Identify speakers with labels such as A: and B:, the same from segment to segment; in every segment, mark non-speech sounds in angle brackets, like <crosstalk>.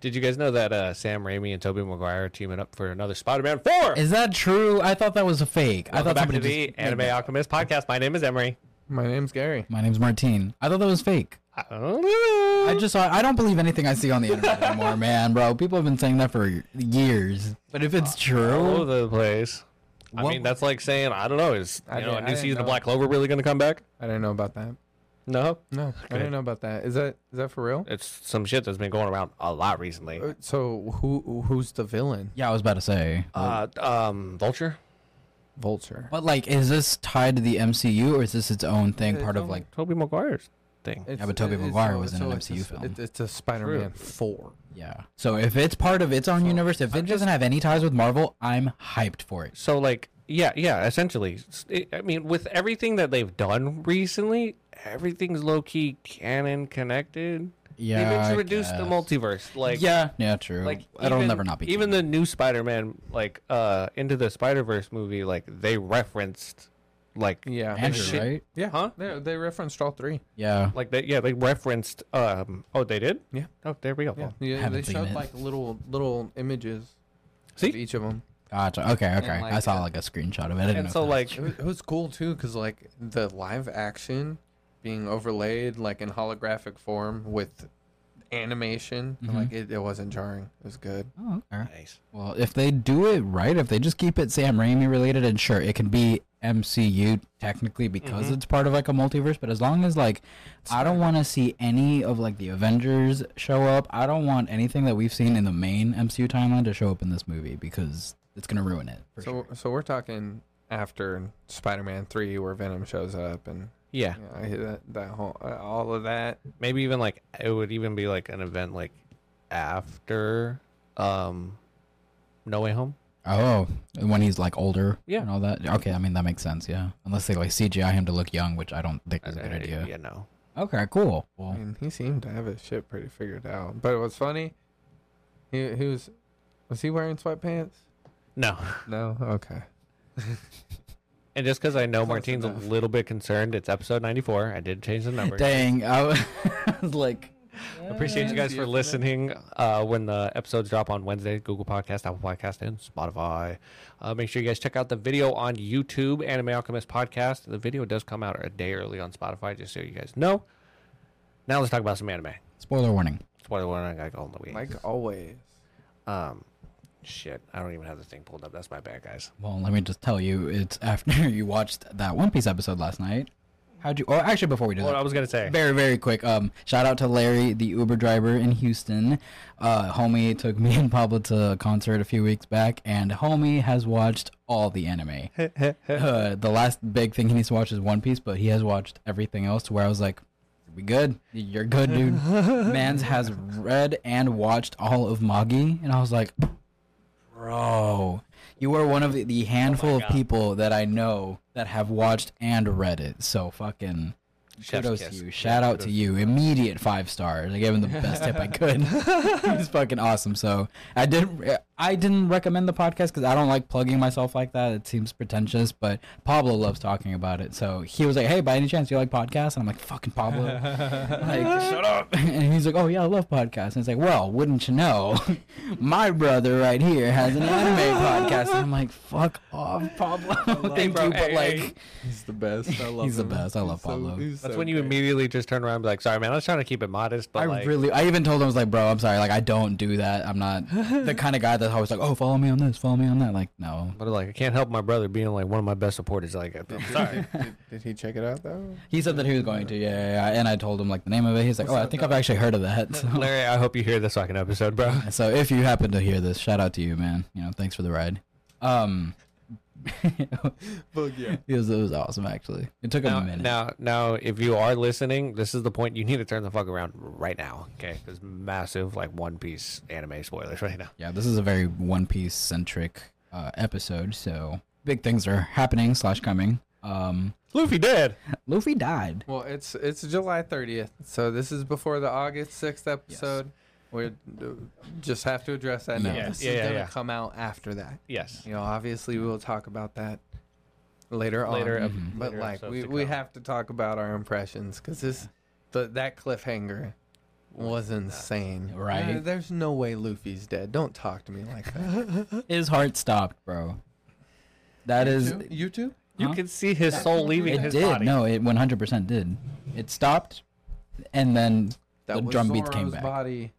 A: Did you guys know that uh, Sam Raimi and Tobey Maguire are teaming up for another Spider-Man Four?
B: Is that true? I thought that was a fake. I
A: Welcome
B: thought
A: back to
B: somebody
A: the
B: just-
A: Anime Alchemist podcast. My name is Emery.
C: My name's Gary.
B: My name's Martine. I thought that was fake.
A: I don't know.
B: I just saw. I don't believe anything I see on
A: <laughs>
B: the internet anymore, man, bro. People have been saying that for years. But if it's
A: all over
B: true,
A: the place. I
B: What
A: mean,
B: was-
A: that's like saying I don't know. Is you
C: I
A: know
C: didn't-
A: a
C: I
A: new
C: didn't
A: season of
C: know.
A: Black Clover really going to come back?
C: I didn't know about that.
A: No,
C: No, I
A: Okay.
C: didn't know about that. Is that is that for
B: Uh,
C: real?
A: it's some shit that's been going around a lot recently.
C: Uh, So who who's the villain?
B: yeah, I was about to say.
A: Uh, um, Vulture.
C: Vulture.
B: But like, is this tied to the MCU or is this its own thing,
C: It's
B: part of
C: own-
B: like?
A: Tobey Maguire's thing.
C: It's-
B: but Tobey
C: it's-
B: Maguire
C: so-
B: was in an
C: so it's a
B: MCU
C: s-
B: film.
C: It, it's a Spider-Man four.
B: Yeah. So if it's part of its own universe, if it doesn't have any ties with Marvel, I'm hyped for it.
A: So like, yeah, yeah. Essentially, S- it- I mean, with everything that they've done recently, everything's low key canon connected.
B: Yeah, I
A: they've introduced the
B: guess.
A: multiverse. Like,
B: yeah. Yeah. True.
A: like
B: it'll
A: even-
B: never not be.
A: Even the new Spider-Man, like uh, into the Spider-Verse movie, like they referenced, like
C: Yeah.
B: Andrew,
A: shit-
B: right?
C: Yeah.
A: Huh?
C: They, they referenced all three.
B: Yeah.
A: like they yeah they referenced um oh they did
C: Yeah.
A: oh there we go
C: Yeah.
A: Well,
C: yeah
B: haven't
C: they
B: seen
C: showed
B: it.
C: like little little images of
A: see
C: each of them.
B: Gotcha. Okay. Okay. I
C: like,
B: saw
C: uh,
B: like a screenshot of it. I didn't know
A: and
B: if
A: so
B: that-
A: like
C: It was, it was cool too, cause like the live action being overlaid like in holographic form with animation,
B: Mhm.
C: like it, it wasn't jarring. It was good.
B: Oh, okay.
A: nice
B: Well, if they do it right, if they just keep it Sam Raimi related, and sure, it can be MCU technically because
A: Mm-hmm.
B: it's part of like a multiverse. But as long as like, I don't want to see any of like the Avengers show up. I don't want anything that we've seen in the main MCU timeline to show up in this movie because it's gonna ruin it. For
C: so
B: sure.
C: so we're talking after Spider-Man three, where Venom shows up, and
A: yeah
C: yeah, I hear that that whole uh, all of that.
A: maybe even like it would even be like an event like after um No Way Home
B: Oh, and when he's like older,
A: Yeah.
B: and all that. Okay, I mean that makes sense. Yeah, unless they like CGI him to look young, which I don't think is a good
A: Uh,
B: idea.
A: yeah no
B: Okay, cool.
C: I
B: Well,
C: mean, he seemed to have his shit pretty figured out. But what's funny, he, he was was he wearing sweatpants?
A: no <laughs>
C: No. Okay.
A: and just because I know
C: Close
A: Martine's
C: enough.
A: a little bit concerned it's episode 94 I did change the number
B: dang, I <laughs> was like,
A: appreciate you guys for listening uh, when the episodes drop on wednesday google podcast apple podcast and spotify uh, make sure you guys check out the video on youtube anime alchemist podcast the video does come out a day early on spotify just so you guys know now let's talk about some anime
B: spoiler warning.
A: spoiler warning i gotta go on the week
C: Like always.
A: um shit i don't even have the thing pulled up that's my bad guys
B: Well, let me just tell you, it's <laughs> after you watched that One Piece episode last night. How'd you? Oh, actually, before we do
A: what i
B: that,
A: was gonna say
B: very very quick. Um, shout out to Larry, the Uber driver in Houston. Uh, homie took me and Pablo to a concert a few weeks back, and homie has watched all the anime. uh, the last big thing he needs to watch is One Piece, but he has watched everything else. To where I was like, "We good? You're good, dude." Mans has read and watched all of Magi, and I was like, "Bro, you are one of the, the handful of people that I know that have watched and read it." So fucking.
A: Chef's
B: kudos
A: kiss.
B: to
A: Yeah,
B: you. Shout out to you. Immediate five stars. I gave him the best tip
A: <laughs>
B: I could. <laughs> He's fucking awesome. So I didn't. I didn't recommend the podcast because I don't like plugging myself like that. It seems pretentious. But Pablo loves talking about it. So he was like, "Hey, by any chance you like podcasts?" And I'm like,
A: <laughs>
B: "Fucking Pablo, like shut up." <laughs> And he's like, "Oh yeah, I love podcasts." And it's like, "Well, wouldn't you know, <laughs> my brother right here has
A: <laughs>
B: an anime podcast." And I'm like, "Fuck off, Pablo. <laughs> Thank
A: Bro,
B: you, but
A: hey,
B: like."
A: hey.
C: He's the best. I love
B: He's the
C: him.
B: best. I love Pablo.
A: that's when you immediately just turn around and be like sorry man i was trying to keep it modest but
B: I
A: like
B: really, I even told him, I was like, bro, I'm sorry. Like, I don't do that. I'm not
A: <laughs>
B: the kind of guy that's always like, oh, follow me on this, follow me on that. Like, no.
A: but like i can't help my brother being like one of my best supporters like <laughs> i'm sorry
C: Did, did, did he check it out though?
B: He said that he was going to, yeah, yeah, yeah. And I told him, like, the name of it. He's like, oh, I think I've actually heard of that.
A: <laughs>
B: <laughs> So,
A: Larry, I hope you hear this fucking episode,
B: <laughs>
A: bro.
B: so if you happen to hear this, shout out to you, man. You know, thanks for the ride. Um, <laughs> it,
C: Fuck yeah.
B: was, it was awesome, actually. It took
A: Now,
B: a minute.
A: now, now, if you are listening, this is the point you need to turn the fuck around right now, okay? Because massive, like, One Piece anime spoilers right now.
B: Yeah, this is a very One Piece centric uh, episode. So big things are happening slash coming. Um,
A: Luffy dead.
B: Luffy died.
C: Well, it's it's July 30th, so this is before the August 6th episode. We just have to address that now.
B: Yeah.
C: This
A: Yeah,
C: is
A: yeah,
C: gonna
A: yeah.
C: come out after that.
A: Yes.
C: You know, obviously we will talk about that later,
A: Later,
C: on.
A: ep-
B: Mhm.
C: But
A: later
C: like
A: episodes
C: we,
A: to
C: we
A: come.
C: have to talk about our impressions because this the, that cliffhanger was insane.
B: Right?
C: There- there's no way Luffy's dead. Don't talk to me like that.
B: His heart stopped, bro. That is.
C: You- you too?
A: You
B: Huh?
A: can see his soul leaving
B: It
A: his
B: did.
A: body.
B: No, it 100% did. It stopped, and then
C: That
B: The
C: was
B: drum beats
C: Zoro's
B: came back.
C: body.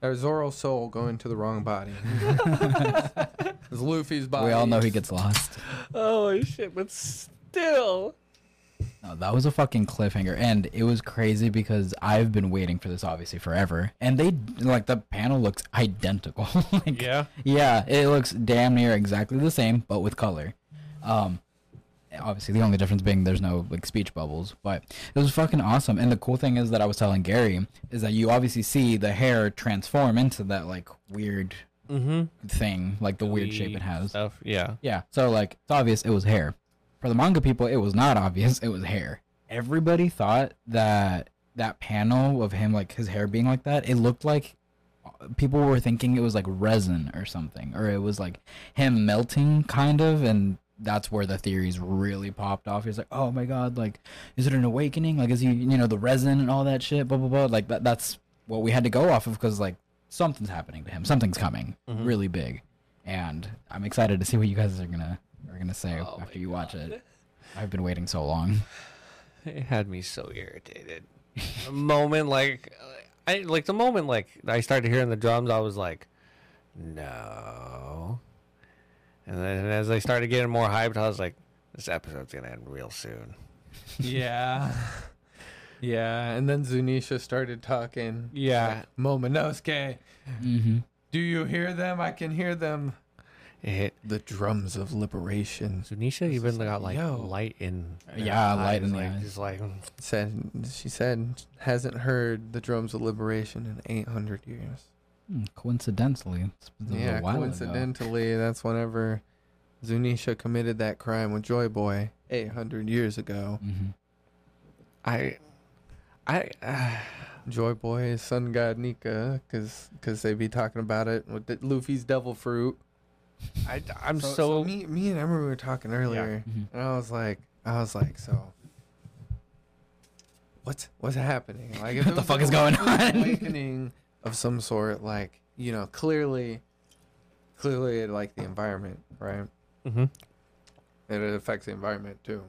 C: Or Zoro's soul going to the
B: <laughs>
C: wrong body. it's Luffy's body.
B: we all know he gets lost.
A: Oh shit! But still,
B: No, that was a fucking cliffhanger, and it was crazy because I've been waiting for this obviously forever, and they like the panel looks identical. <laughs> like,
A: yeah.
B: Yeah, it looks damn near exactly the same, but with color. Um, obviously, the only difference being there's no like speech bubbles, but it was fucking awesome. And the cool thing is that I was telling Gary is that you obviously see the hair transform into that like weird
A: Mm-hmm.
B: thing, like the weird shape it has.
A: Stuff. Yeah.
B: Yeah, so like it's obvious it was hair. For the manga people, it was not obvious <laughs> it was hair. Everybody thought that that panel of him like his hair being like that, it looked like people were thinking it was like resin or something or it was like him melting kind of and that's where the theories really popped off. He's like, "Oh my god, like is it an awakening? Like is he, you know, the resin and all that shit, blah blah blah." Like that that's what we had to go off of cuz like something's happening to him. Something's coming really big and I'm excited to see what you guys are gonna are gonna say
A: Oh
B: after you watch it. I've been waiting so long.
A: It had me so <laughs> irritated. A moment like I like the moment like I started hearing the drums, I was like, no. And then as I started getting more hyped, I was like, this episode's gonna end real soon.
C: <laughs> Yeah. yeah. And then Zunisha started talking.
A: Yeah.
C: Momonosuke,
B: Mm-hmm.
C: do you hear them? I can hear them.
A: It
C: The drums of liberation.
A: Zunisha even got like
C: yo.
A: light in her
B: Yeah, light in the
A: like,
B: eyes.
A: just like
C: Said she said hasn't heard the drums of liberation in 800 years.
B: Hmm, Coincidentally, it's been a
C: Yeah,
B: while ago.
C: coincidentally, that's whenever Zunisha committed that crime with Joy Boy 800 years ago.
B: Mhm.
A: I I <sighs> uh,
C: Joy Boy is sun god Nika, cause, 'cause they be talking about it with the, Luffy's devil fruit.
A: I I'm so,
C: me, me and Emery were talking earlier,
B: Mhm.
C: and I was like, I was like, so. What's what's happening? <laughs> Like, if
B: What
C: it
B: the
C: was
B: fuck
C: an
B: is going on?
C: Awakening of some sort, like you know, clearly, clearly, like the environment, right?
A: Mhm.
C: and it affects the environment too.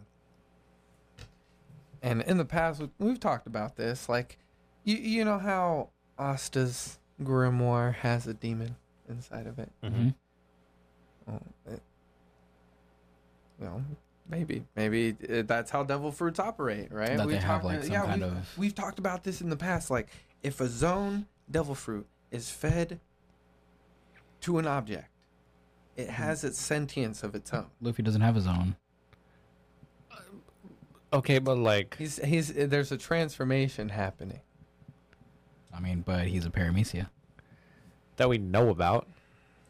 C: And in the past, we- we've talked about this. Like, you you know how Asta's grimoire has a demon inside of it.
A: Mhm.
C: Well, it you know, maybe maybe it, that's how devil fruits operate, right?
B: That
C: We've
B: they have
C: talked- uh,
B: like some
C: yeah,
B: kind
C: we've-
B: of
C: we've talked about this in the past. Like, if a zone devil fruit is fed to an object,
B: Hmm.
C: it has its sentience of its own.
B: Luffy doesn't have his own.
A: okay, but like
C: He's he's there's a transformation happening.
B: I mean, but he's a paramecia.
A: that we know <laughs> about.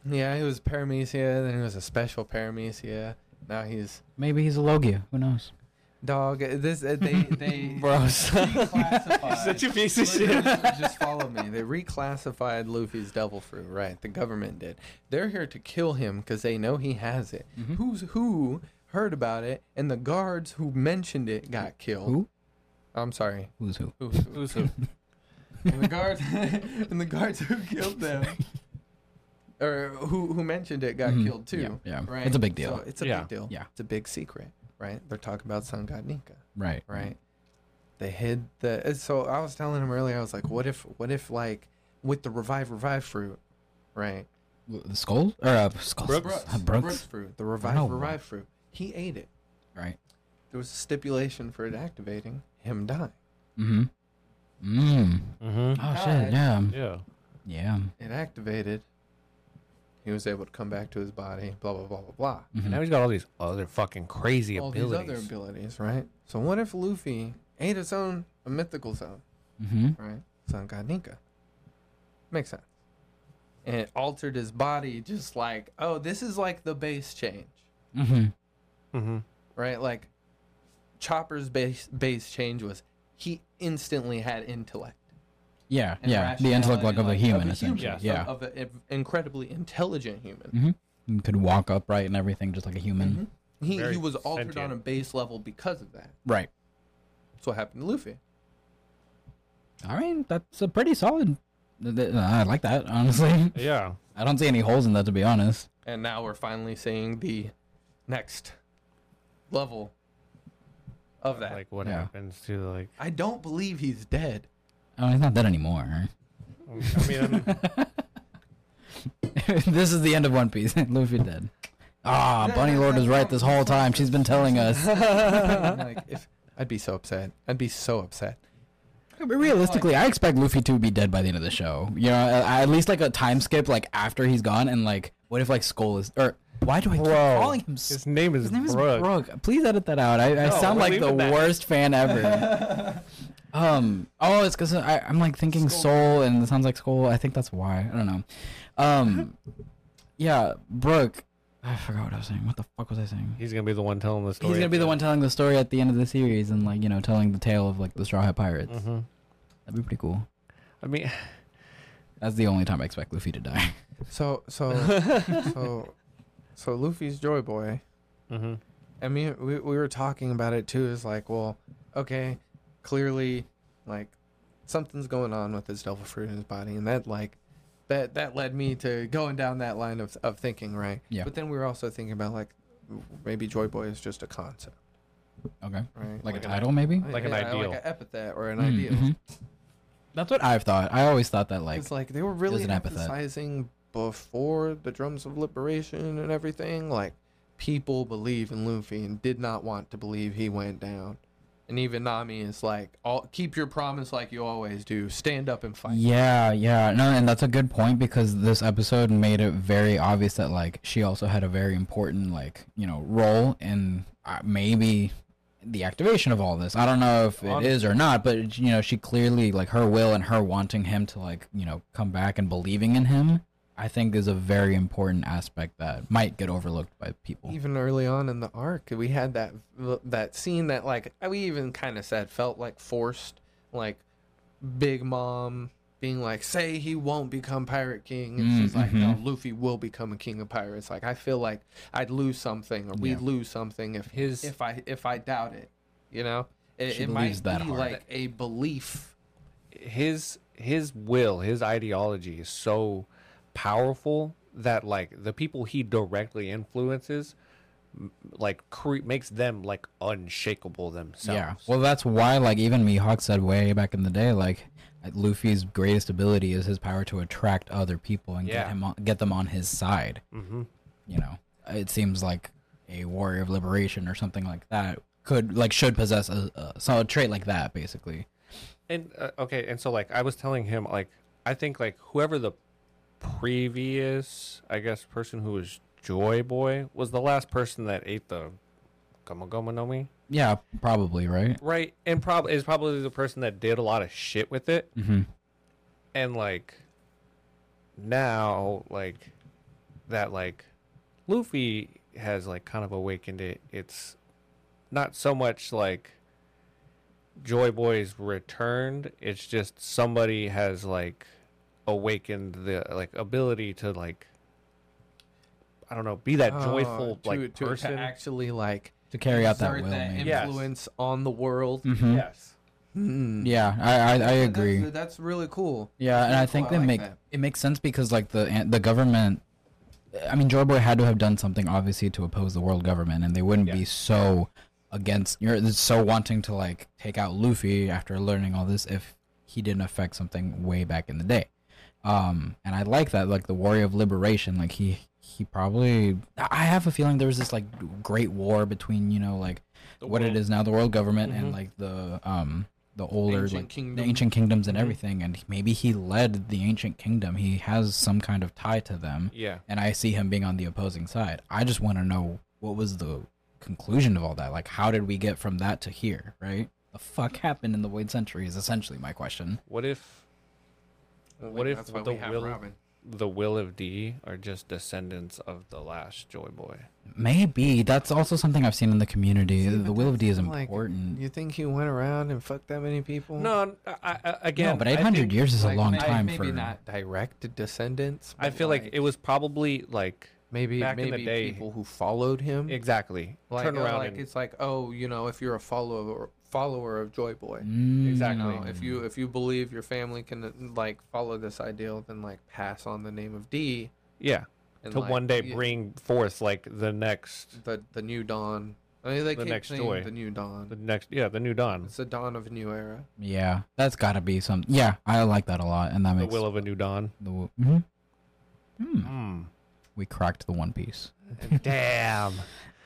C: Yeah, he was paramecia, then he was a special paramecia. Now he's
B: Maybe he's a Logia. Who knows?
C: dog. This uh, <laughs> they they
A: Bro,
C: reclassified.
A: such a piece of
C: Literally,
A: shit.
C: Just follow me. They reclassified Luffy's devil fruit. Right, the government did. They're here to kill him because they know he has it. Who's who heard about it, and the guards who mentioned it got killed.
B: Who?
C: I'm sorry.
B: Who's who?
C: Who's who? Who's who? <laughs> and the guards <laughs> and the guards who killed them, or who who mentioned it, got
B: Mhm.
C: killed too.
B: Yeah, yeah.
C: right.
B: It's a big deal.
C: So it's a
A: Yeah.
C: big deal.
B: Yeah.
C: it's a big secret, right? They're talking about Sun God Nika,
B: Right.
C: right? They hid the. uh, So I was telling him earlier, I was like, what if, what if like with the revive revive fruit, right?
B: L- The skull or uh, skulls?
C: Brooks,
B: Uh, Brooks.
C: Brooks fruit, the revive
B: No.
C: revive fruit. He ate it.
B: Right.
C: There was a stipulation for it activating him dying.
B: Mm-hmm. Mm.
A: Mm-hmm.
B: Oh
C: Alright.
B: shit. Yeah.
A: Yeah.
B: Yeah.
C: it activated. He was able to come back to his body, blah blah blah blah blah.
B: Mm-hmm.
A: And now he's got all these other fucking crazy
C: All
A: abilities.
C: these other abilities, right? So what if Luffy ate his own a mythical zone,
B: Mm-hmm.
C: right? Son God Ninka. Makes sense. And it altered his body just like, oh, this is like the base change.
B: Mm-hmm.
A: mm-hmm.
C: Right? Like Chopper's base base change was he instantly had intellect.
B: Yeah.
C: and
B: yeah. The intellect like,
C: rationality,
B: of a human,
C: of
B: essentially.
A: Yes.
B: Yeah.
C: Of, of an incredibly intelligent human.
B: You could walk upright and everything, just like a human.
C: Mm-hmm. He,
A: Very
C: he was altered on
A: sentient.
C: a base level because of that.
B: Right.
C: That's what happened to Luffy.
B: I mean, that's a pretty solid. th- th- I like that, honestly. <laughs>
A: Yeah.
B: I don't see any holes in that, to be honest.
C: And now we're finally seeing the next level of that.
A: Like what
B: Yeah.
A: happens to like?
C: I don't believe he's dead.
B: Oh, he's not dead anymore. <laughs>
A: I mean,
C: <laughs>
B: this is the end of One Piece. <laughs> Luffy dead. Ah, Bunny Lord was right this whole time. She's been telling us.
A: <laughs>
C: like if I'd be so upset. I'd be so upset.
B: But realistically, I expect Luffy to be dead by the end of the show. You know, at at least like a time skip, like after he's gone, and like what if like Skull is or why do I keep calling him? Skull?
A: his name is
B: His name is
A: Brook.
B: Brooke. Please edit that out. I, I
A: No,
B: sound
A: we're
B: like the
A: leaving that.
B: worst fan ever.
A: <laughs>
B: um. Oh, it's because I'm like thinking soul, and it sounds like school. I think that's why. I don't know.
A: <laughs>
B: Um. yeah, Brooke. I forgot what I was saying. What the fuck was I saying?
A: He's gonna be the one telling the story.
B: He's gonna be the one telling the story at the end of the series, and like you know, telling the tale of like the Straw Hat Pirates.
A: hmm
B: That'd be pretty cool.
A: I
B: <laughs>
A: mean, <laughs>
B: That's the only time I expect Luffy to die. <laughs>
C: So so
A: <laughs>
C: so so Luffy's Joy Boy.
B: Mm-hmm.
A: hmm
C: I mean we we were talking about it too, is like, well, okay, clearly like something's going on with his devil fruit in his body and that like that that led me to going down that line of, of thinking, right?
B: Yeah.
C: But then we were also thinking about like maybe Joy Boy is just a concept,
B: Okay.
C: right?
B: Like, a
A: an-
B: title, maybe.
A: like an ideal. Mm-hmm,
C: like an epithet or an
B: Mm,
C: ideal.
B: mhm. That's what I've thought. I always thought that like
C: it's like they were really
B: an epithet.
C: emphasizing before the drums of liberation and everything like people believe in luffy and did not want to believe he went down and even nami is like all keep your promise like you always do stand up and fight
B: Yeah, yeah. No, and that's a good point because this episode made it very obvious that like she also had a very important like, you know, role in uh, maybe the activation of all this. I don't know if it
A: Honest-
B: is or not, but you know, she clearly like her will and her wanting him to like, you know, come back and believing in him, I think is a very important aspect that might get overlooked by people.
C: even early on in the arc we had that that scene that like we even kind of said felt like forced like big mom being like say he won't become pirate king and she's like no luffy will become a king of pirates like i feel like i'd lose something or we'd lose something if
A: His-
C: if i if i doubt it you know it,
B: She
C: it
B: believes
C: might
B: that
C: be
B: hard.
C: like a belief
A: <laughs> his his will, his ideology is so powerful that like the people he directly influences, m- like cre- makes them like unshakable themselves.
B: Yeah. Well, that's why, like, even Mihawk said way back in the day, like, Luffy's greatest ability is his power to attract other people and get
A: Yeah.
B: him on, get them on his side.
A: Mhm.
B: You know, it seems like a warrior of liberation or something like that could, like, should possess a, a solid trait like that, basically.
A: And uh, okay, and so like I was telling him, like I think like whoever the previous, I guess, person who was Joy Boy was the last person that ate the Goma Goma no Mi,
B: Yeah, probably, right?
A: right? And probably is probably the person that did a lot of shit with it,
B: Mm-hmm.
A: and like now, like that, like Luffy has like kind of awakened it. It's not so much like Joy Boy's returned. It's just somebody has like awakened the like ability to like I don't know, be that joyful
C: uh,
A: like
C: to, to,
A: person.
C: to actually like
B: To carry out that
C: exert
B: will.
C: that
B: maybe.
A: Yeah.
C: influence on the world
B: Mhm.
A: Yes.
C: Hmm.
B: Yeah, I, I, I
C: That's-
B: agree.
C: That's, really cool
B: Yeah, and I
C: That's
B: think
C: cool. I
B: they
C: like
B: make
C: that.
B: it makes sense because like the an- the government. I mean, Joy Boy had to have done something obviously to oppose the world government, and they wouldn't be so against. You're so wanting to like take out Luffy after learning all this if he didn't affect something way back in the day. Um, and I like that, like the Warrior of Liberation. Like he he probably. I have a feeling there was this like great war between you know like what it is now the world government and like the um the older
C: Mm-hmm. Ancient
B: like the
C: kingdom.
B: ancient kingdoms and everything and maybe he led the ancient kingdom he has some kind of tie to them
A: Yeah.
B: and i see him being on the opposing side i just want to know what was the conclusion of all that like how did we get from that to here right the fuck happened in the void century is essentially my question
A: What if What if
C: that's why
A: the
C: we have
A: will-
C: Robin.
A: the Will of D are just descendants of the last Joy Boy?
B: maybe that's also something i've seen in the community the will of d is
C: like,
B: important
C: You think he went around and fucked that many people?
A: No, I, I, uh, again,
B: no but
A: I
B: 800
A: think-
B: years is a
C: Like,
B: long
C: maybe-
B: time
C: maybe
B: for
C: not direct descendants.
A: I
C: but,
A: feel like it was probably like
C: maybe
A: back in
C: maybe
A: the day-
C: people who followed him.
A: exactly
C: like,
A: turn
C: uh,
A: around
C: like
A: and
C: it's like oh, you know, if you're a follower follower of Joy Boy.
B: Mm,
C: You
A: Exactly.
C: know, if you if you believe your family can like follow this ideal, then like pass on the name of D
A: Yeah.
C: and
A: to
C: like,
A: one day
C: y-
A: bring forth like the next,
C: the the new dawn. I mean, they
A: The
C: keep
A: next
C: saying
A: joy.
C: the new dawn.
A: the next, yeah, the new dawn,
C: It's the dawn of a new era.
B: Yeah, that's got to be some. Yeah, I like that a lot, and that
A: the
B: makes
A: will of a new dawn.
B: the wo- Mhm. Hmm.
A: Mm.
B: we cracked the One Piece.
A: <laughs> Damn.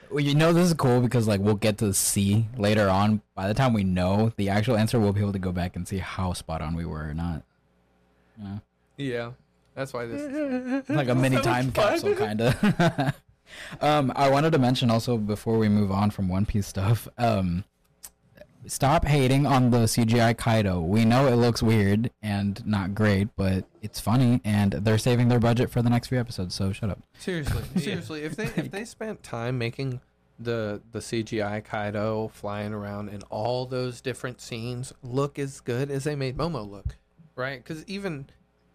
B: Well, you know this is cool because like we'll get to see later on. By the time we know the actual answer, we'll be able to go back and see how spot on we were or not. You know?
C: Yeah, that's why this.
A: <laughs>
C: Is
B: like a mini time capsule kind of <laughs> um i wanted to mention also before we move on from one piece stuff um stop hating on the cgi kaido we know it looks weird and not great but it's funny and they're saving their budget for the next few episodes so shut up
C: Seriously, seriously, if they if they spent time making the the CGI Kaido flying around and all those different scenes look as good as they made Momo look, right? Because even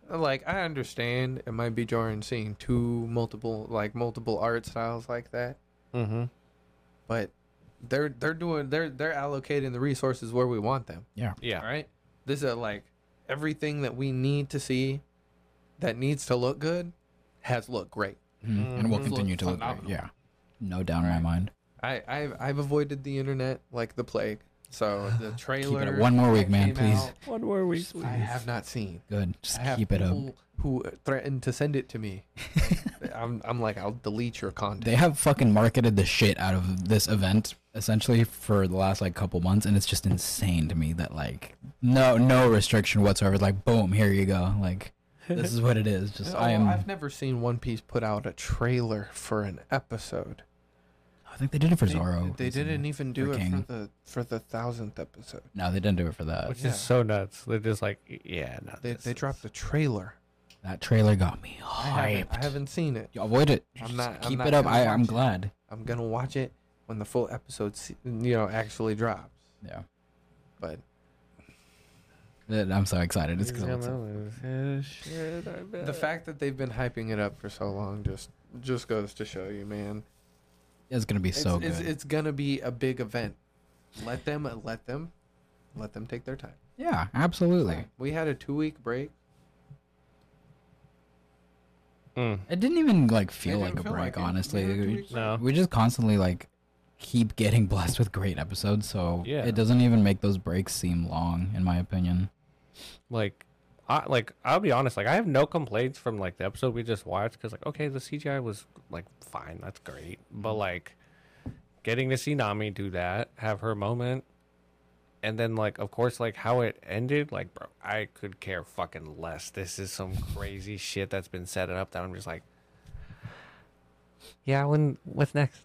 C: like I understand it might be jarring seeing two multiple like multiple art styles like that,
A: mm-hmm.
C: but they're they're doing they're they're allocating the resources where we want them.
A: Yeah.
C: All right. This is like everything that we need to see that needs to look good has looked great.
B: Mhm. and we'll
C: Mhm.
B: continue to look great.
C: Phenomenal.
B: yeah no doubt in my mind
C: I, I've I've avoided the internet like the plague.
B: <sighs>
C: So the trailer.
B: one more week,
C: that
B: man,
C: came
B: please.
C: out,
A: One more week.
C: I have not seen.
B: good just
C: I have
B: keep it up
C: people Who threatened to send it
B: <laughs>
C: to me? I'm I'm like I'll delete your content.
B: they have fucking marketed the shit out of this event essentially for the last like couple months and it's just insane to me that like no no restriction whatsoever like boom here you go like this is what it is
C: <laughs>
B: just
C: Oh,
B: i am
C: I've never seen One Piece put out a trailer for an episode.
B: i think they did it for
C: They-
B: zorro
C: They, didn't e- even do
B: for
C: it
B: King.
C: for the for the thousandth episode.
B: no they didn't do it for that
A: Which
C: Yeah.
A: is so nuts. They're just like, yeah, no.
C: They
A: this
C: they
A: is-
C: dropped the trailer.
B: that trailer got me
C: I haven't, I
B: hyped
C: haven't seen it.
B: you avoid it
C: I'm
B: Just
C: not- I'm
B: keep
C: not
B: it up
C: gonna
B: I, i'm
C: watch it.
B: glad
C: I'm gonna watch it when the full episode, se- you know, actually drops.
B: yeah
C: But
B: That- i'm so excited it's cool
C: the fact that they've been hyping it up for so long just just goes to show you, man.
B: it's gonna be
C: It's,
B: so good
C: it's, it's gonna be a big event. Let them, let them, let them take their time.
B: yeah absolutely
C: We had a two week break.
A: Mm.
B: it didn't even like feel
C: It
B: like
C: didn't
B: a
C: feel
B: break
C: like it.
B: honestly
C: We had a
B: It-
C: two-week break.
A: No.
B: we just constantly like keep getting <laughs> blessed with great episodes so
A: Yeah.
B: it doesn't even make those breaks seem long in my opinion
A: like I like I'll be honest, like I have no complaints from like the episode we just watched because like okay, the CGI was like fine, that's great, but
C: Mm-hmm.
A: like getting to see Nami do that, have her moment, and then like of course like how it ended, like bro, I could care fucking less. This is some crazy shit that's been set up that I'm just like, yeah, when what's next?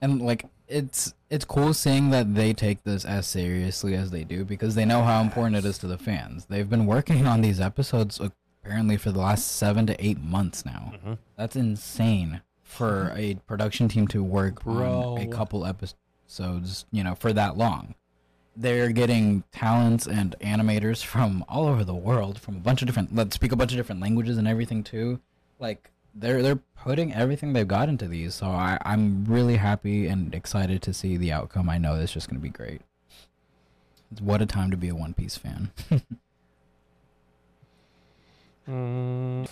B: and like it's it's cool seeing that they take this as seriously as they do because they know how important it is to the fans they've been working on these episodes apparently for the last seven to eight months now
A: Mhm.
B: that's insane for a production team to work on a
C: Bro.
B: couple episodes you know for that long they're getting talents and animators from all over the world from a bunch of different let's speak a bunch of different languages and everything too like they're they're putting everything they've got into these so I, i'm really happy and excited to see the outcome i know it's just going to be great what a time to be a one piece fan <laughs>
A: Mm.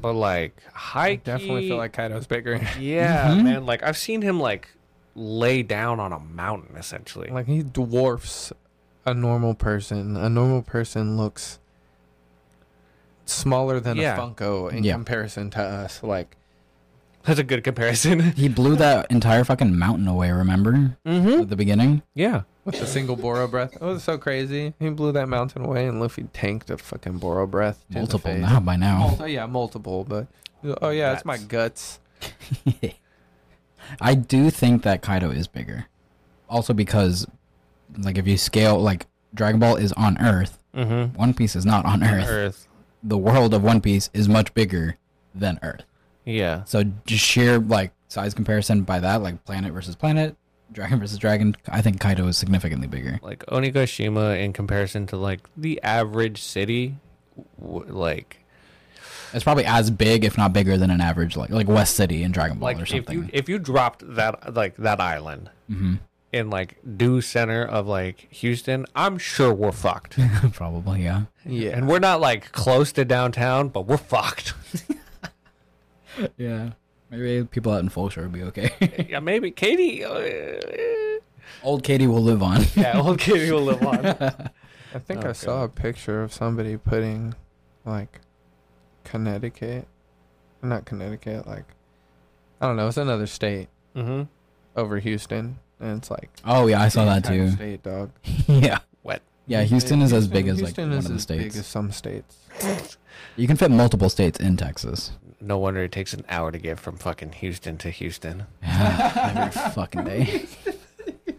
A: But like, high
C: I definitely feel like Kaido's bigger. <laughs>
A: Yeah,
B: Mhm.
A: man. Like I've seen him like lay down on a mountain essentially.
C: like he dwarfs a normal person. A normal person looks smaller than
A: Yeah.
C: a Funko in
B: Yeah.
C: comparison to us. Like
A: That's a good comparison. <laughs>
B: he blew that entire fucking mountain away remember
A: mm-hmm.
B: at the beginning
A: Yeah.
C: with <laughs> a single Boro breath. It was so crazy. He blew that mountain away, and Luffy tanked a fucking Boro breath. to the
B: multiple
C: face.
B: now by now <laughs>
C: Multi- oh, yeah, multiple, but oh yeah, it's my guts.
B: I do think that Kaido is bigger. Also because like if you scale like Dragon Ball is on Earth,
A: Mm-hmm.
B: One Piece is not on Earth.
A: Earth.
B: The world of One Piece is much bigger than Earth.
A: Yeah.
B: So just sheer like size comparison by that, like planet versus planet, dragon versus dragon, I think Kaido is significantly bigger.
A: Like Onigashima in comparison to like the average city, w- like
B: It's probably as big, if not bigger, than an average like like West City in Dragon Ball or
A: like if
B: something.
A: you if you dropped that like that island
B: Mhm.
A: in like due center of like Houston, I'm sure we're fucked.
B: <laughs> Probably, yeah.
C: Yeah.
A: and we're not like close to downtown, but we're fucked. <laughs>
B: Yeah. Maybe people out in Fulshire would be okay. <laughs>
A: yeah, maybe Katie. uh, eh.
B: Old Katie will live on.
A: yeah, old Katie will live on.
C: I think
A: Oh,
C: I saw a picture of somebody putting like Connecticut, not Connecticut, like I don't know, it's another state
A: hmm
C: over Houston, and it's like
B: Oh yeah, I saw
C: the
B: that too.
C: entire State dog.
B: <laughs> yeah.
A: Wet.
B: Yeah, Houston is as big as like
C: Houston
B: one
C: is
B: of the
C: as big as
B: states.
C: some states.
B: You can fit multiple states in Texas. <laughs>
A: No wonder it takes an hour to get from fucking Houston to Houston.
B: Every fucking day. <laughs>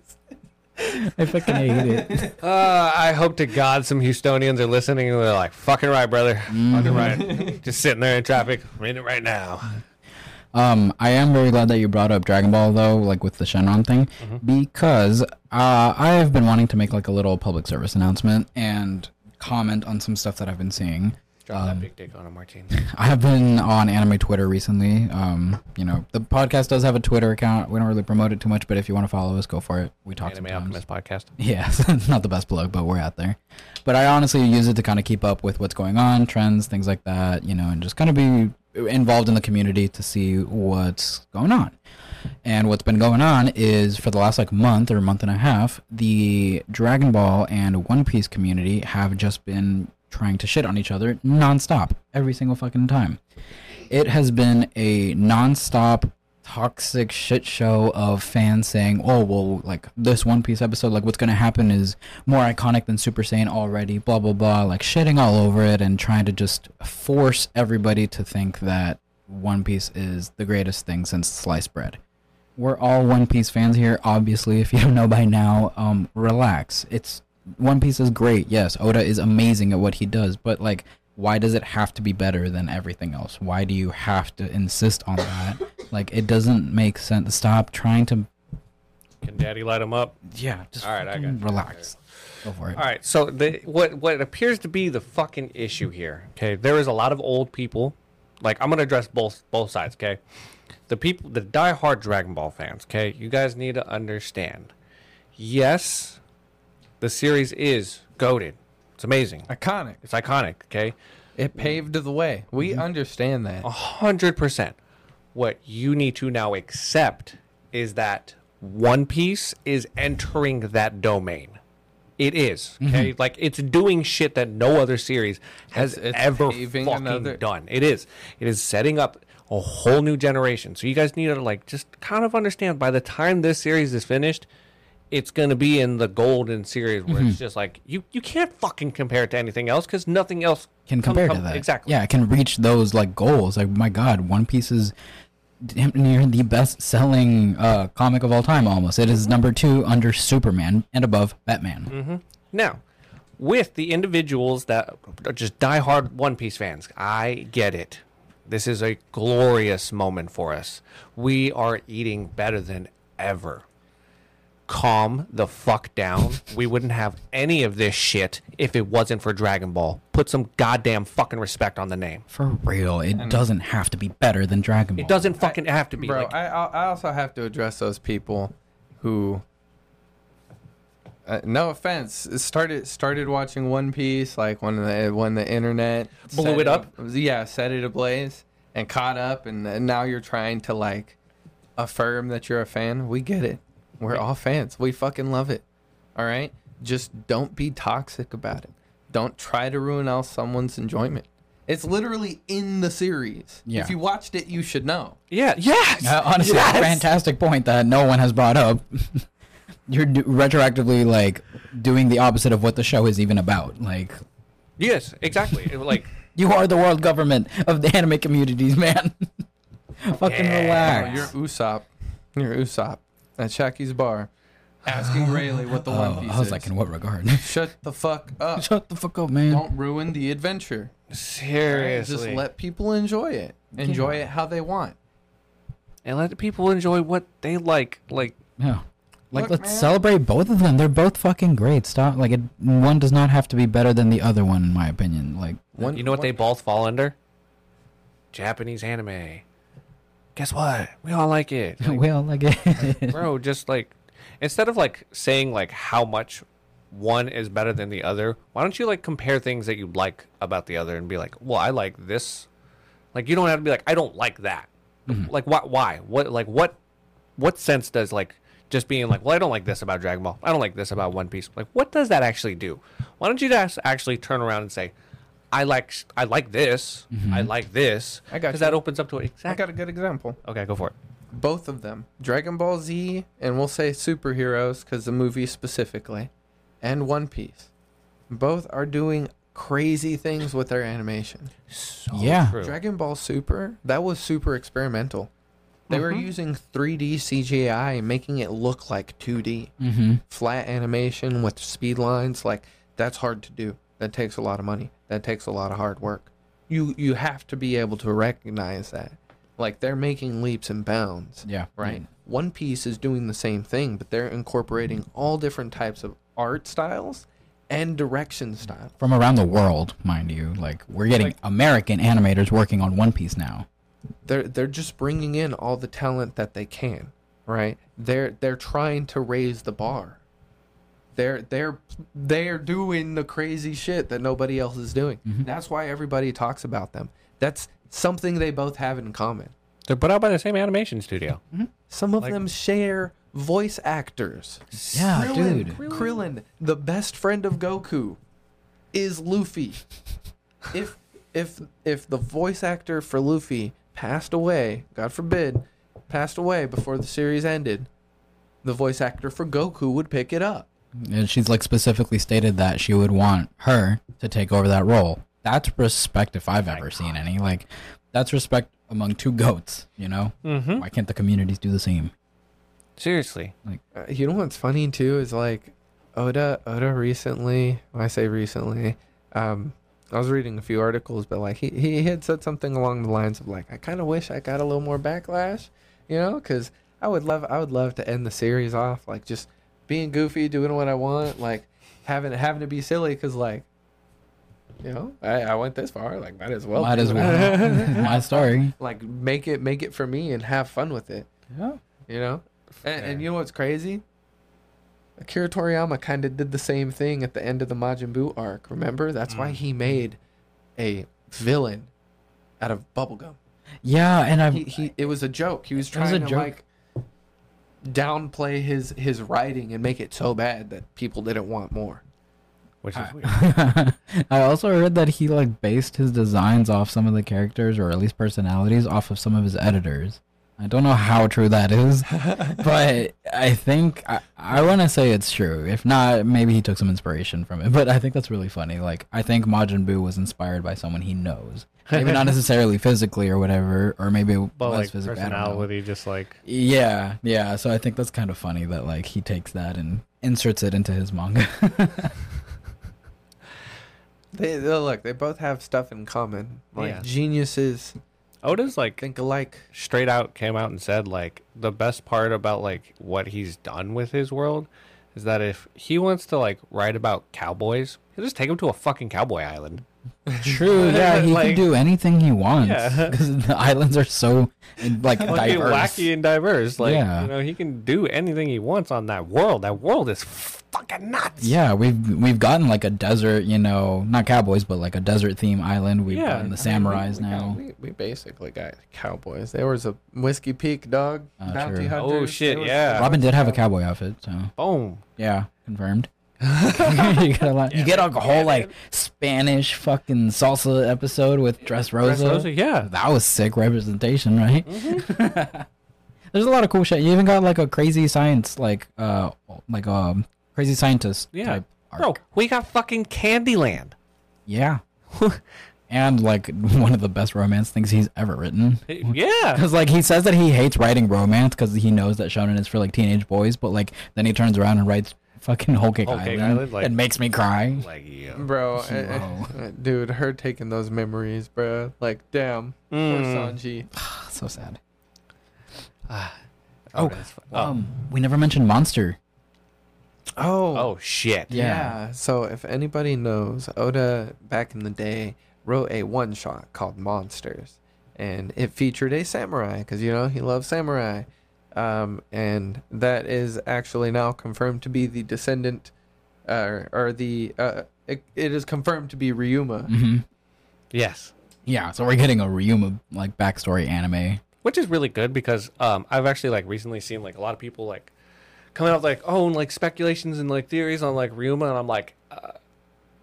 B: I fucking hate it.
A: Uh, I hope to God some Houstonians are listening and they're like, fucking right, brother.
B: Mm-hmm.
A: Fucking right. Just sitting there in traffic. I'm in it right now.
B: Um, I am very glad that you brought up Dragon Ball though, like with the Shenron thing, because uh, I have been wanting to make like a little public service announcement and comment on some stuff that I've been seeing.
A: Drop that big dick on him, Martin.
B: I have been on anime Twitter recently. Um, you know, the podcast does have a Twitter account. We don't really promote it too much, but if you want to follow us, go for it. We talk
A: Anime
B: sometimes.
A: Alchemist podcast.
B: Yeah, it's not the best <laughs> plug, but we're out there. But I honestly use it to kind of keep up with what's going on, trends, things like that, you know, and just kind of be involved in the community to see what's going on. And what's been going on is for the last like month or month and a half, the Dragon Ball and One Piece community have just been trying to shit on each other nonstop every single fucking time. It has been a nonstop toxic shit show of fans saying, "Oh, well, like this One Piece episode, like what's gonna happen is more iconic than Super Saiyan already." Blah blah blah, like shitting all over it and trying to just force everybody to think that One Piece is the greatest thing since sliced bread. We're all One Piece fans here, obviously. If you don't know by now, um, relax. It's One Piece is great. Yes, Oda is amazing at what he does, but like. Why does it have to be better than everything else? Why do you have to insist
A: <laughs>
B: on that? Like it doesn't make sense. Stop trying to.
A: Can daddy light him up?
B: Yeah, just
A: All right, I
B: fucking
A: got you.
B: relax. Go for it.
A: All right. So the what what appears to be the fucking issue here. Okay, there is a lot of old people. Like I'm gonna address both both sides. Okay, the people, the diehard Dragon Ball fans. Okay, you guys need to understand. Yes, the series is goaded. It's amazing.
C: Iconic. Mm-hmm.
A: It's iconic. Okay,
C: It paved the way. We understand that.
A: a hundred percent. What you need to now accept is that One Piece is entering that domain. It is okay.
B: Mm-hmm.
A: Like it's doing shit that no other series has
C: It's- it's
A: ever
C: paving
A: fucking
C: another-
A: done. It is. It is setting up a whole new generation. So you guys need to like just kind of understand. By the time this series is finished, it's going to be in the golden series where
B: Mm-hmm.
A: it's just like you you can't fucking compare it to anything else because nothing else
B: Can
A: come-
B: compare
A: come-
B: to that
A: exactly.
B: Yeah, it can reach those like goals. Like my God, One Piece is damn near the best-selling uh, comic of all time. Almost, it
A: Mm-hmm.
B: is number two under Superman and above Batman.
A: Now, with the individuals that are just diehard One Piece fans, I get it. This is a glorious moment for us. We are eating better than ever. Calm the fuck
C: <laughs>
A: down. we wouldn't have any of this shit if it wasn't for Dragon Ball. Put some goddamn fucking respect on the name.
B: For real, it doesn't have to be better than Dragon Ball.
A: It doesn't fucking have to be.
C: Bro,
A: like,
C: I I I also have to address those people who. Uh, no offense. Started started watching One Piece like when the when the internet
A: Blew
C: set
A: it up?
C: Yeah, set it ablaze and caught up, and, and now you're trying to like affirm that you're a fan. We get it. We're all fans. We fucking love it. All right. Just don't be toxic about it. Don't try to ruin else someone's enjoyment. It's literally in the series.
B: Yeah.
C: If you watched it, you should know.
A: yeah, yes.
B: Uh, honestly,
A: Yes!
B: fantastic point that no one has brought up. <laughs> You're do- retroactively like doing the opposite of what the show is even about. Like
A: Yes, exactly.
C: <laughs>
A: It was like
B: you are the world government of the anime communities, man. <laughs> Fucking
A: Yeah.
C: Oh,
B: relax.
C: you're Usopp. You're Usopp at Shaky's bar,
B: <sighs>
C: asking Rayleigh what the
B: Oh,
C: One Piece
B: I was
C: is.
B: like, in what regard? <laughs>
C: Shut the fuck up!
B: Shut the fuck up, man.
C: Don't ruin the adventure.
A: seriously.
C: Just let people enjoy it. Enjoy it how they want.
A: and let the people enjoy what they like. Like
B: Yeah. Like,
C: Look,
B: let's
C: man.
B: celebrate both of them. They're both fucking great. Stop. Like, it, one does not have to be better than the other one, in my opinion. Like,
C: One,
A: You know what
C: one-
A: they both fall under? Japanese anime. Guess what? We all like it. Like,
B: well, like,
A: bro, just like instead of like saying like how much one is better than the other, why don't you like compare things that you like about the other and be like, well, I like this. Like you don't have to be like I don't like that. Like what? Why? What? Like what? What sense does like just being like, well, I don't like this about Dragon Ball. I don't like this about One Piece. Like what does that actually do? Why don't you just actually turn around and say, I like I like this. I like this.
C: I got
A: because
C: you.
A: that opens up to it.
C: I
A: Exactly.
C: got a good example.
A: Okay, go for it.
C: both of them Dragon Ball Z, and we'll say superheroes because the movie specifically, and One Piece. Both are doing crazy things with their animation.
A: So
B: Yeah.
A: true.
C: Dragon Ball Super, that was super experimental. They were
B: Mm-hmm.
C: using 3D CGI, making it look like 2D.
B: Mm-hmm.
C: Flat animation with speed lines, like that's hard to do. That takes a lot of money. That takes a lot of hard work. You you have to be able to recognize that. Like they're making leaps and bounds
B: Yeah. Mm-hmm.
C: right? One Piece is doing the same thing, but they're incorporating all different types of art styles and direction style.
B: From around the world, mind you. Like we're getting American animators working on One Piece now.
C: They're they're just bringing in all the talent that they can, right? They're they're trying to raise the bar. They're they're they're doing the crazy shit that nobody else is doing. That's why everybody talks about them. That's something they both have in common.
A: They're put out by the same animation studio.
C: Some of them share voice actors.
B: Yeah,
C: Krillin,
B: dude.
C: Krillin, the best friend of Goku, is Luffy. if if if the voice actor for Luffy passed away, God forbid, passed away before the series ended, the voice actor for Goku would pick it up.
B: And she's like specifically stated that she would want her to take over that role. That's respect if I've ever seen any. Like that's respect among two goats, you know? Mm-hmm. Why can't the communities do the same?
A: Seriously.
C: Uh, you know what's funny too is like Oda Oda recently when I say recently um I was reading a few articles but like he he had said something along the lines of like I kind of wish I got a little more backlash you know cuz I would love I would love to end the series off like just being goofy doing what I want like having having to be silly cuz like you know I I went this far like might as well
B: Might
C: do <laughs>
B: as
C: it.
B: well. My story.
C: like make it make it for me and have fun with it
B: Yeah.
C: you know? And, and you know what's crazy? Akira Toriyama kind of did the same thing at the end of the Majin Buu arc. Remember? That's why he made a villain out of bubblegum.
B: Yeah, and I've
C: He, he it was a joke. He was
B: It was
C: trying
B: a
C: to
B: joke.
C: like downplay his his writing and make it so bad that people didn't want more.
A: Which is <laughs> weird.
B: <laughs> I also heard that he like based his designs off some of the characters or at least personalities off of some of his editors. I don't know how true
A: <laughs>
B: that is, but I think I, I want to say it's true. If not, maybe he took some inspiration from it. But I think that's really funny. Like I think Majin Buu was inspired by someone he knows,
A: <laughs>
B: maybe not necessarily physically or whatever, or maybe it
A: But
B: was
A: like
B: physically. I don't know.
A: personality, just like
B: Yeah, yeah. So I think that's kind of funny that like he takes that and inserts it into his manga. <laughs>
C: They, they look, they both have stuff in common. Like
A: Yeah.
C: geniuses
A: Oda's like
C: think alike.
A: straight out came out and said like the best part about like what he's done with his world is that if he wants to like write about cowboys, he'll just take him to a fucking cowboy <laughs> island. <laughs>
B: True. Yeah, he
A: Like-
B: can do anything he wants
A: Yeah.
B: because the <laughs> islands are so
A: <laughs>
B: like
A: Fucking
B: diverse.
A: wacky and diverse. Like
B: Yeah.
A: you know, he can do anything he wants on that world. That world is fucking nuts.
B: Yeah, we've we've gotten like a desert, you know, not cowboys, but like a desert theme island. We've
A: Yeah,
B: gotten the
A: I mean, we-
B: samurais
C: We got-
B: now.
C: We, we basically got cowboys. There was a Whiskey Peak dog,
B: Oh,
C: bounty
B: true.
C: hunters.
A: Oh, shit,
C: there was-
A: yeah.
B: Robin did have a cowboy outfit, so
A: Boom.
B: yeah,
A: <laughs>
B: confirmed. <laughs> you get a lot. you get a whole like Spanish fucking salsa episode with Dress Rosa.
A: Rosa, yeah.
B: That was sick representation, right?
A: Mm-hmm.
B: <laughs> There's a lot of cool shit. You even got like a crazy science, like uh, like um, crazy scientist
A: Yeah.
B: type arc.
A: Bro, we got fucking <laughs> Candyland.
B: Yeah. <laughs> and like one of the best romance things he's ever written.
A: Yeah.
B: Because like he says that he hates writing romance because he knows that shonen is for like teenage boys, but like then he turns around and writes fucking Whole Cake
A: Whole Cake
B: Island.
A: Island, like-
B: it makes me cry.
A: Like yeah.
C: Bro, I- I-
B: Wow.
C: dude, her taking those memories, bro. Like, damn, poor
A: Hmm.
C: Sanji.
B: Ah, so sad.
A: Oh,
B: Oh,
A: that's fu-
B: Um, we never mentioned Monster.
C: Oh,
A: oh shit.
B: Yeah.
C: So, if anybody knows, Oda back in the day wrote a one shot called Monsters, and it featured a samurai because you know he loves samurai. um, and that is actually now confirmed to be the descendant, uh, or the uh, it, it is confirmed to be Ryuma.
B: hmm
A: Yes.
B: Yeah, so we're getting a Ryuma like backstory anime.
A: which is really good because um, I've actually like recently seen like a lot of people like coming out with, like oh and like speculations and like theories on like Ryuma, and I'm like, uh,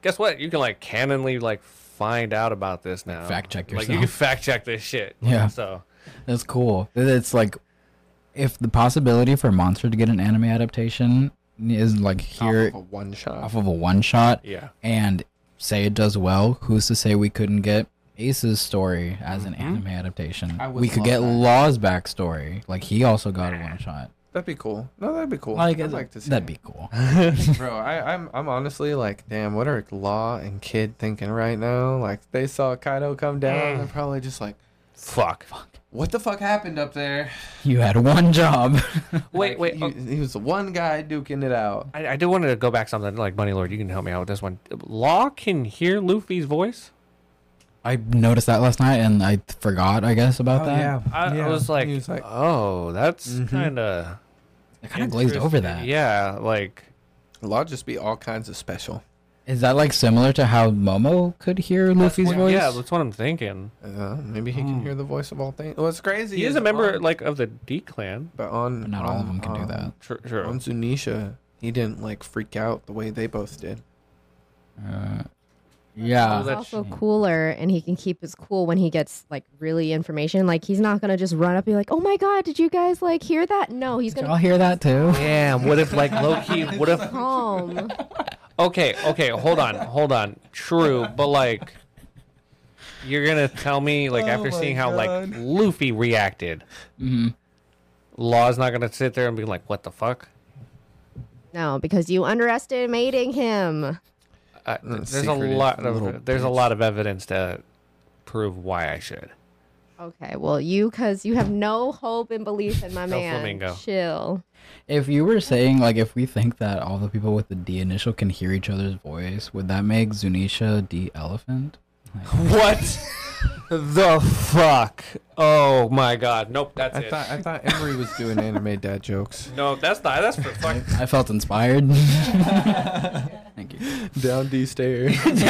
A: guess what? You can like canonly like find out about this now.
B: fact check
A: Like you can
B: yourself.
A: fact check this shit.
B: <laughs> Yeah.
A: So
B: That's cool. It's like if the possibility for Monster to get an anime adaptation is like here
C: off of a one shot.
B: off of a one shot
A: yeah,
B: and say it does well, who's to say we couldn't get Ace's story as an anime adaptation?
C: Mm-hmm. I would
B: We could
C: love
B: get
C: that.
B: Law's backstory. Like he also got a one shot.
C: That'd be cool. No, that'd be cool.
B: Like
C: I'd like to see
B: that'd
C: it.
B: be cool. <laughs>
C: Bro, I, I'm I'm honestly like, damn, what are Law and Kid thinking right now? Like, they saw Kaido come down, and they're probably just like,
A: fuck.
C: what the fuck happened up there?
B: You had one job. <laughs>
A: Wait,
C: Like,
A: wait.
C: He,
A: oh,
C: he was the one guy duking it out.
A: I, I do want to go back something like Bunny Lord. You can help me out with this one. Law can hear Luffy's voice.
B: I noticed that last night and I forgot, I guess,
C: Oh,
B: about that.
A: Oh, I, I was like,
C: he was like,
A: oh, that's kind of
B: I kind of Mm-hmm. glazed over that.
A: Yeah, like
C: Law just be all kinds of special.
B: Is that like similar to how Momo could hear Luffy's voice?
A: yeah, that's what I'm thinking.
C: Uh, maybe he can hear the voice of all things. Well, it's crazy.
A: He, is
C: is
A: a member
C: on-
A: like of the D clan.
C: but on
B: but not all of them can do
C: on- um,
B: that.
A: Sure, sure.
C: On Zunisha, he didn't like freak out the way they both did.
B: Uh, yeah.
A: that
D: also cooler and he can keep his cool when he gets like really information. Like he's not gonna just run up and be like, Oh my god, did you guys like hear that? No, he's
B: Did
D: gonna
B: y'all hear that too?
A: Damn, what if like low
C: <laughs>
A: key what if
D: calm.
A: Okay, okay, hold on, hold on. True, but like you're gonna tell me like after
C: Oh my
A: seeing how like
C: God.
A: Luffy reacted,
C: Mm-hmm.
A: Law's not gonna sit there and be like, What the fuck?
D: no, because you underestimating him.
A: Uh, th-
C: Mm,
A: there's a
C: secretive
A: lot
C: little
A: of there's a
C: bitch.
A: lot of evidence to prove why I should.
D: Okay, well you cause you have no hope and belief in my man.
A: flamingo.
D: Chill.
B: If you were saying like if we think that all the people with the D initial can hear each other's voice, would that make Zunisha D elephant?
A: What <laughs> the fuck? Oh my god. Nope, that's
C: I
A: it.
C: thought I thought Emery was doing <laughs> anime dad jokes.
A: No, that's not that's for
C: <laughs>
A: fuck
B: I felt inspired. Thank you.
C: Down D <laughs> stairs.
A: That's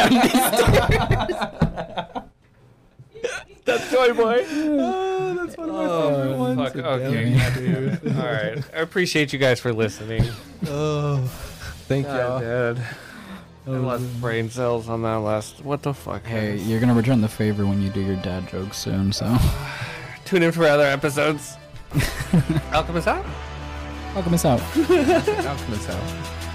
A: Toy Boy.
C: Oh, That's one of my favorite
A: Oh,
C: ones.
A: fuck. Okay.
B: yeah.
A: All
C: <laughs>
A: right. I appreciate you guys for listening.
C: Oh. Thank y'all. Um,
A: I lost brain cells on that last. What the fuck?
B: Hey,
A: guys?
B: you're gonna return the favor when you do your dad jokes soon, so
A: tune in for other
C: <laughs>
A: episodes. Alchemist out.
B: welcome us out.
C: <laughs> Alchemist out.